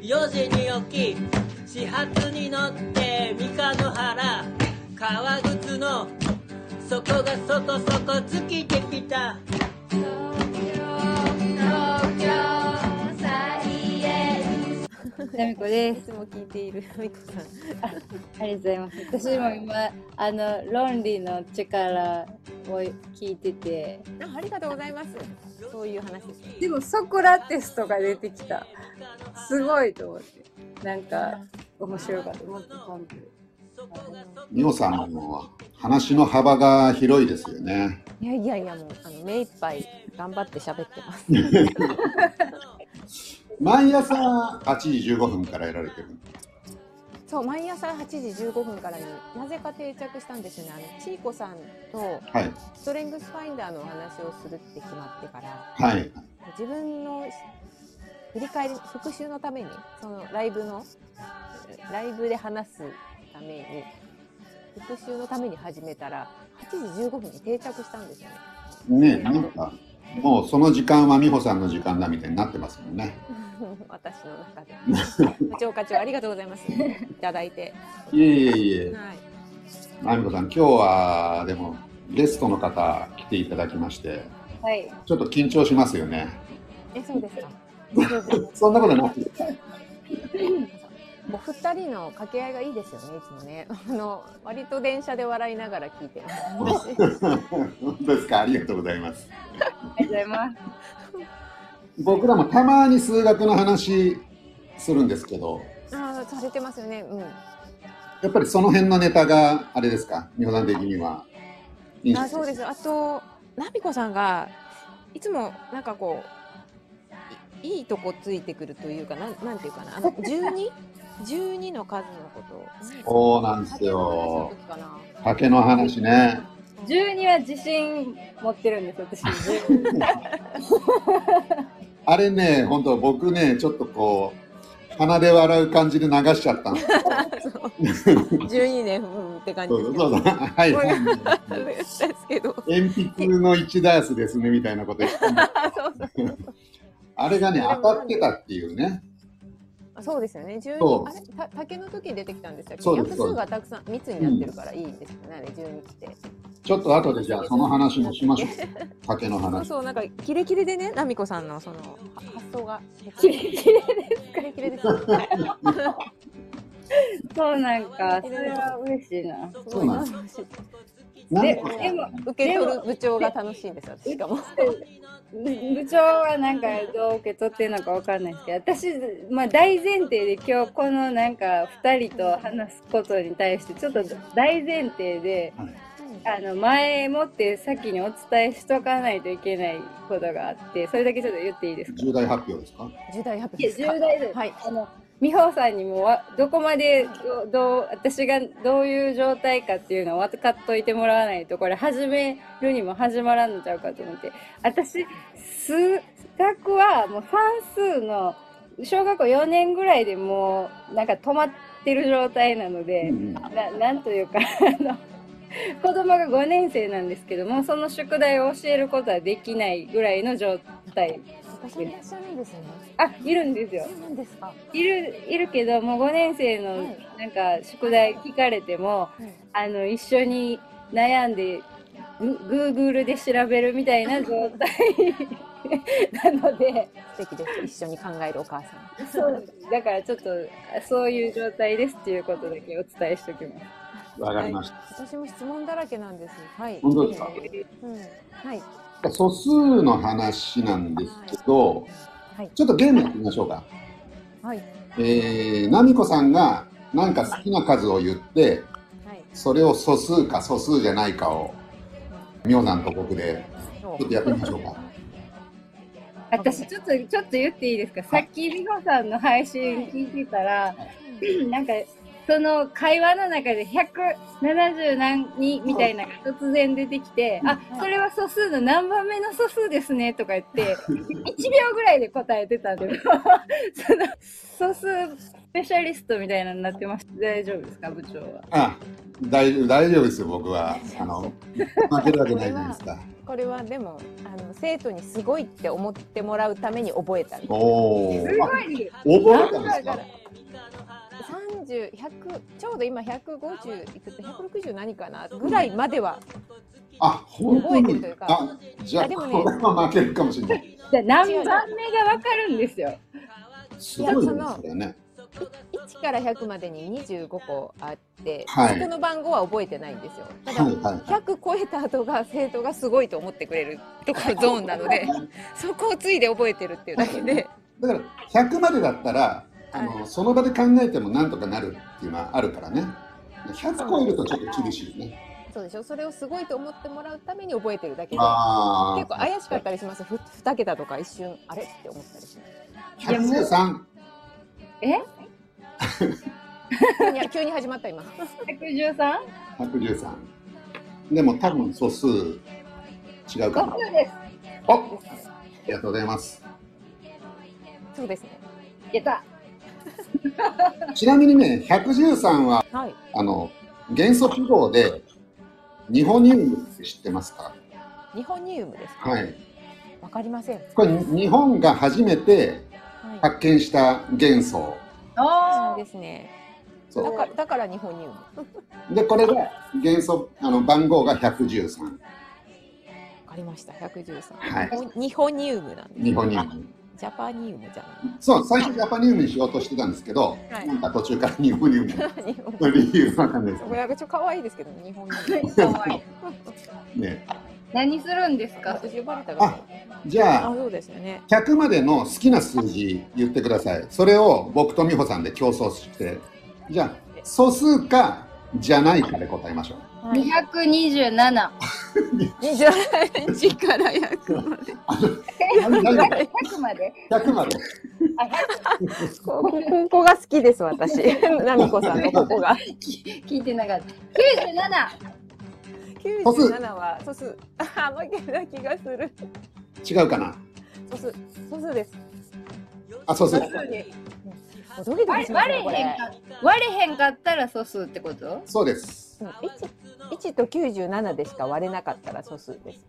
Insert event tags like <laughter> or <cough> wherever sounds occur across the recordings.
4時に起き始発に乗って三河の原革靴の底がそこそこ尽きてきたなみこ <laughs> でいす。つも聞いている <laughs> みこさん。ありがとうございます。私も今、あの、ロンリーの力を聞いてて。あありがとうございます。そういう話ですでもソクラテスとか出てきたすごいと思ってなんか面白かったもっとコンプ美穂さんの話の幅が広いですよね。いやいやいやもうあの目いっぱい頑張って喋ってます。毎朝8時15分からやられてる。 <laughs> そう毎朝8時15分からになぜか定着したんですよね。あのちいこさんとはい。ストレングスファインダーのお話をするって決まってからはい。自分の振り返り復習のためにそのライブのライブで話すために復習のために始めたら8時15分に定着したんですよね。ねえなんか、もうその時間は美穂さんの時間だみたいになってますもんね。 <laughs> 私の中で。課長課長ありがとうございます。いただいて。いえいえいえ、はい。まみこさん、今日はでもゲストの方来ていただきまして、はい。ちょっと緊張しますよね。えそうですか。 <laughs> そんなことない。 <laughs> もう二人の掛け合いがいいですよねいつもね。あの割と電車で笑いながら聞いてます。 <laughs> 本当ですか、ありがとうございます。ありがとうございます。僕らもたまに数学の話するんですけど、ああされてますよね。うん。やっぱりその辺のネタがあれですか、美穂さん的には。いいん。あそうですす。あとナミコさんがいつもなんかこういいいとこついてくるというかなんなんていうかなあの十二十二の数のことを。そうなんですのよ時。かな。竹の話ね。十二は自信持ってるんです。私。12 <laughs> あれね、本当僕ね、ちょっとこう、鼻で笑う感じで流しちゃったんです12年うんって感じそでうすそけうそど。うはい、そうですけど。鉛筆の1ダースですねみたいなこと言ったんだあそうそうあれがね、当たってたっていうね。あそうですよね。十そう二あれた竹の時に出てきたんですそよ。うです約数がたくさん密になってるからいいですよね。あれ十二って。ちょっと後でじゃあその話もしましょう。竹のそう話。そうなんかキレキレでね、ナミコさんのそのは発想がキレキレです。キレキレですよね。そうなんか、それは嬉しいな。そうなんでなんで、かでも、受け取る部長が楽しいんですよ。しかも。部長はなんかどう受け取ってるのかわかんないですけど私、まあ、大前提で今日このなんか2人と話すことに対してちょっと大前提であの前もって先にお伝えしとかないといけないことがあってそれだけちょっと言っていいですか重大発表ですか重大発いや表です重か。大です、はいあの美穂さんにもわどこまでどどう私がどういう状態かっていうのを分かっといてもらわないとこれ始めるにも始まらんのちゃうかと思って私数学はもう算数の小学校4年ぐらいでもうなんか止まってる状態なので、うんななんというか <laughs> あの子供が5年生なんですけどもその宿題を教えることはできないぐらいの状態私もいらっしゃるんですね。あいるんですよそうなんですか。いるいるけどもう5年生はのいなんか宿題聞かれてもあの一緒に悩んでグ Google で調べるみた <laughs> いな状態なので素敵です。一緒に考えるお母さん。そうだからちょっとそういう状態ですっていうことだけお伝えしておきます。わかりました。私も質問だらけなんです。はい。本当ですかうん。はい。素数の話なんですけど、はいちょっとゲームやってみましょうか。はい。えー、ナミコさんが何か好きな数を言って、はい。それを素数か素数じゃないかを、妙なと僕でちょっとやってみましょうか。私ちょっとちょっと言っていいですか、さっき美穂さんの配信聞いてたら、なんかその会話の中で170何人みたいなのが突然出てきて、あそれは素数の何番目の素数ですねとか言って1秒ぐらいで答えてたんで <laughs> その素数スペシャリストみたいなのになってました大丈夫ですか部長はあ大大丈夫ですよ、僕は。あの、負けるわけないじゃないです <laughs> か。これはでもあの生徒にすごいって思ってもらうために覚えたんですおお。あ、い覚えたんですだかから。30 100ちょうど今150いくつ160何かなぐらいまではあ、本当覚えてるにという。かあ、じゃあ、あでもねこれは負けるかもしれない。じゃあ何番目がわかるんですよ。すごいですよね。 1から100までに25個あって、はいそこの番号は覚えてないんですよたはいだ、はい。 100超えた後が生徒がすごいと思ってくれるとかゾーンなのでそこをついで覚えてるっていうだけでだから100までだったらあの、その場で考えてもなんとかなるっていうのはあるからね100超えるとちょっと厳しいねそうでしょそれをすごいと思ってもらうために覚えてるだけであ結構怪しかったりしますふ2桁とか一瞬あれって思ったり <laughs> します103急に急に始まった今 113? 113でも多分素数違うか5秒なです。おありがとうございますそうですねやった。ちなみにね113ははいあの元素記号で日本ニウムって知ってますか日本ニウムですか、はいわかりません、これ日本が初めてはい、発見した元素そうおですねそだうからだから日本ニウムわでこれが元素あの番号が113かりました113、はい日本ニウムなんですね日本にあジャパニウムじゃそう最初ジャパニウムにしようとしてたんですけど、はいなんか途中から日本ニウムない <laughs> 日本の <laughs> 理由わかんないですこれなんかちょっと可愛いですけどね日本ニウムー。かわいいね何するんですか私呼ばれたからあじゃああそうですよね100までの好きな数字言ってくださいそれを僕と美穂さんで競争してじゃあ素数かじゃないかで答えましょうはい227。 21から100まであれ何100まで100まで <laughs> ここここが好きです私 <laughs> 奈美子さんのここが聞い <laughs> てなかった。素数97は素数 <laughs> あ負けた気がする違うかな素数素数ですあ素数もうドキドキ 97! します割ねこれへんれか割れへんかったら素数ってことそうですうん1 1と97でしか割れなかったら素数です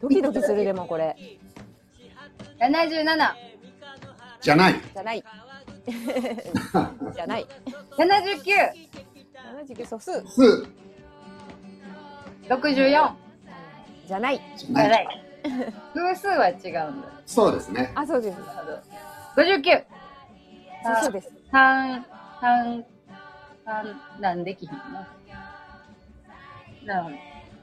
ドキドキするでもこれ ?77。じゃないじゃない <laughs> じゃない79。 79素数数64。じゃないじじゃゃなないい。偶数は違うんだ。そうですねあそうですなるほど。59。素数です半、半、半、なんできひんのなるほど。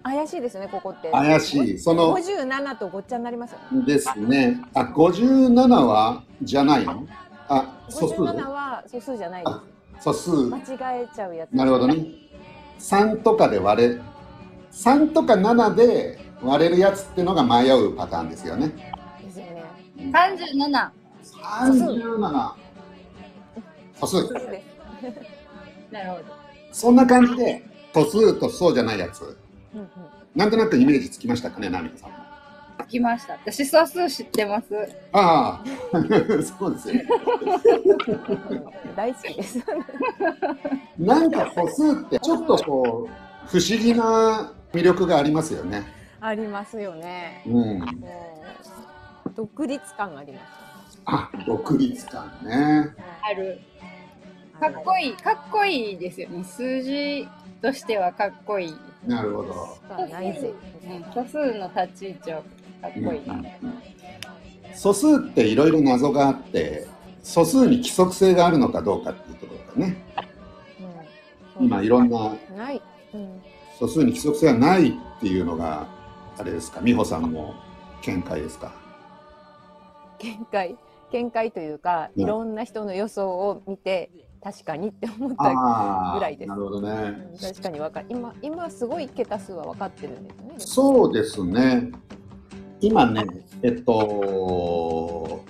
怪しいですよねここって怪しいその57とごっちゃになりますよねですね。あ、57はじゃないのあ、素数57は素数じゃないで素数。す間違えちゃうやつなるほどね。3とかで割れ、3とか7で割れるやつってのが迷うパターンですよね。ですよね37。 37。素素数数。ですなるほど。そんな感じで、素数とそうじゃないやつ。うんうんなんとなくイメージつきましたかね、ナミコさんも。聞きました。私素数知ってます。ああ、 <laughs> そうですよ。 <laughs> 大好きです。なんか素数ってちょっとこう、不思議な魅力がありますよね。ありますよね。うん。もう独立感がありまあ、独立感ね。す。ある。あかのっこいい。かっこいいですよね。数字としてはかっこいい。なるほど。まあないぜ。うん素数の立ち位置はかっこいい。うん素数っていろいろ謎があって、素数に規則性があるのかどうかっていうところだね。うん今いろんなない。うん素数に規則性がないっていうのが、あれですか、美穂さんの見解ですか。見解見解というか、うんいろんな人の予想を見て確かにって思った。ああ、ぐらいですなるほどうね。ん確かにわか今今すごい桁数は分かってるんですよね。そうですね。今ね、えっと、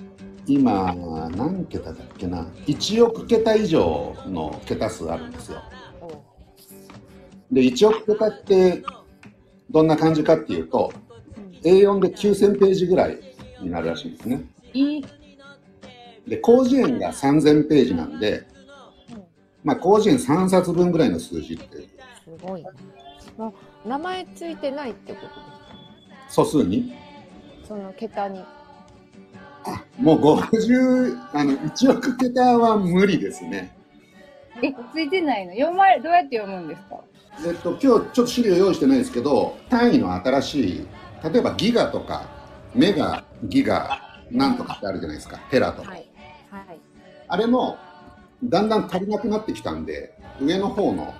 今、何桁だっけな、1億桁以上の桁数あるんですよ。おうで1億桁ってどんな感じかっていうと A4 で9000ページぐらいになるらしいんですねいい。で広辞苑が3000ページなんで、まあ、広辞苑3冊分ぐらいの数字ってすごい。もう名前ついてないってことで素数にす。その桁に。もう50あの1億桁は無理ですねえ、ついてないの読まれ、どうやって読むんですかえっと今日ちょっと資料用意してないですけど単位の新しい例えばギガとかメガギガなんとかってあるじゃないですかテラとか、い。はい。あれもだんだん足りなくなってきたんで上の方の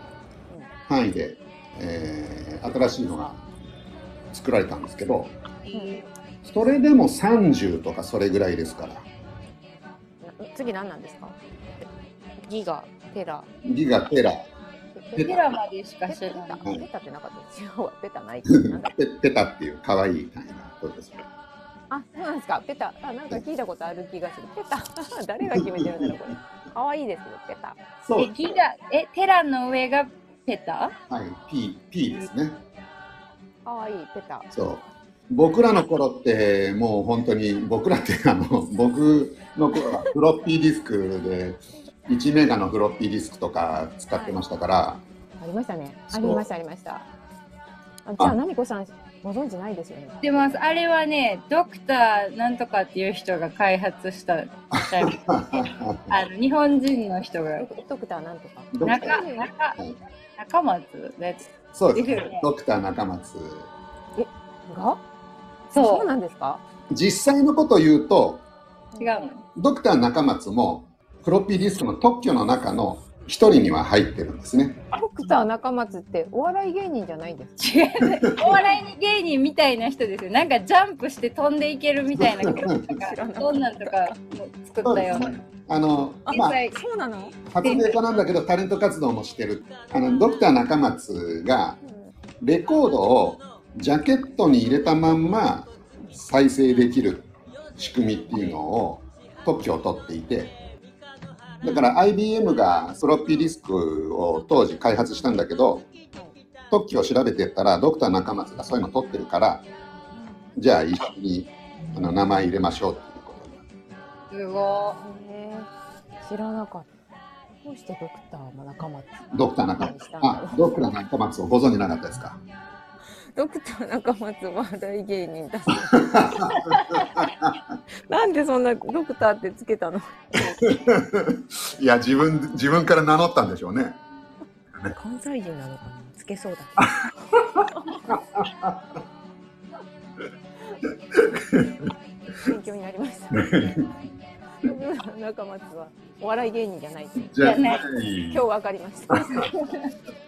範囲で、えー新しいのが作られたんですけどそれでも30とかそれぐらいですからな次何なんですかギガ、テラ。ギガテラテラまでしかペ知らなタい。うんペタってなかったです <laughs> よ。ペタない。なんだペペタっていう可愛い単位がこれですあ、そうなんですか。ペタ。あ、なんか聞いたことある気がする。ペタ。 <laughs> 誰が決めてるんだろう、これ。可愛いですよ、ペタ。そえ、うギガ、え、テラの上がペタはい、P, P ですね。可愛いペタ。そう。僕らの頃って、もう本当に、僕らって、あの、僕の頃はフロッピーディスクで、1メガのフロッピーディスクとか使ってましたから、ありましたね。あそうりました、ありました。あじゃあ、なみこさん、ご存知ないですよね。出ます。あれはね、ドクターなんとかっていう人が開発したタイプ。あの、日本人の人が。ドクターなんとか。ドクタ中、ー中、中松だやつそうですですよねね。ドクター中松。がそなんですか実際のことを言うと、う。違うの。ドクター中松も、フロッピーディスクの特許の中の一人には入ってるんですね。ドクター中松ってお笑い芸人じゃないんですか違う。お笑い芸人みたいな人ですよ。なんかジャンプして飛んでいけるみたいな。なんかそんなんとかも作ったような。あの、ま実あ、際、そうなの発明家なんだけど、タレント活動もしてる。あの、ドクター中松が、レコードをジャケットに入れたまんま再生できる仕組みっていうのを特許を取っていてだから IBM がフロッピーディスクを当時開発したんだけど特許を調べてったらドクター中松がそういうの取ってるからじゃあ一緒にあの名前入れましょうっていうことにすごへー知らなかった。どうしてドクター中松ドクター中松したんだろあドクター中松をご存じなかったですか <laughs> うドクター中松お笑い芸人だ <laughs> し。なんでそんなドクターってつけたのいや自分自分から名乗ったんでしょうね関西人なのかなつけそうだけど。勉強になりま <laughs> した。ドクター中松はお笑い芸人じゃないと。じゃあいやねはい今日わかりました。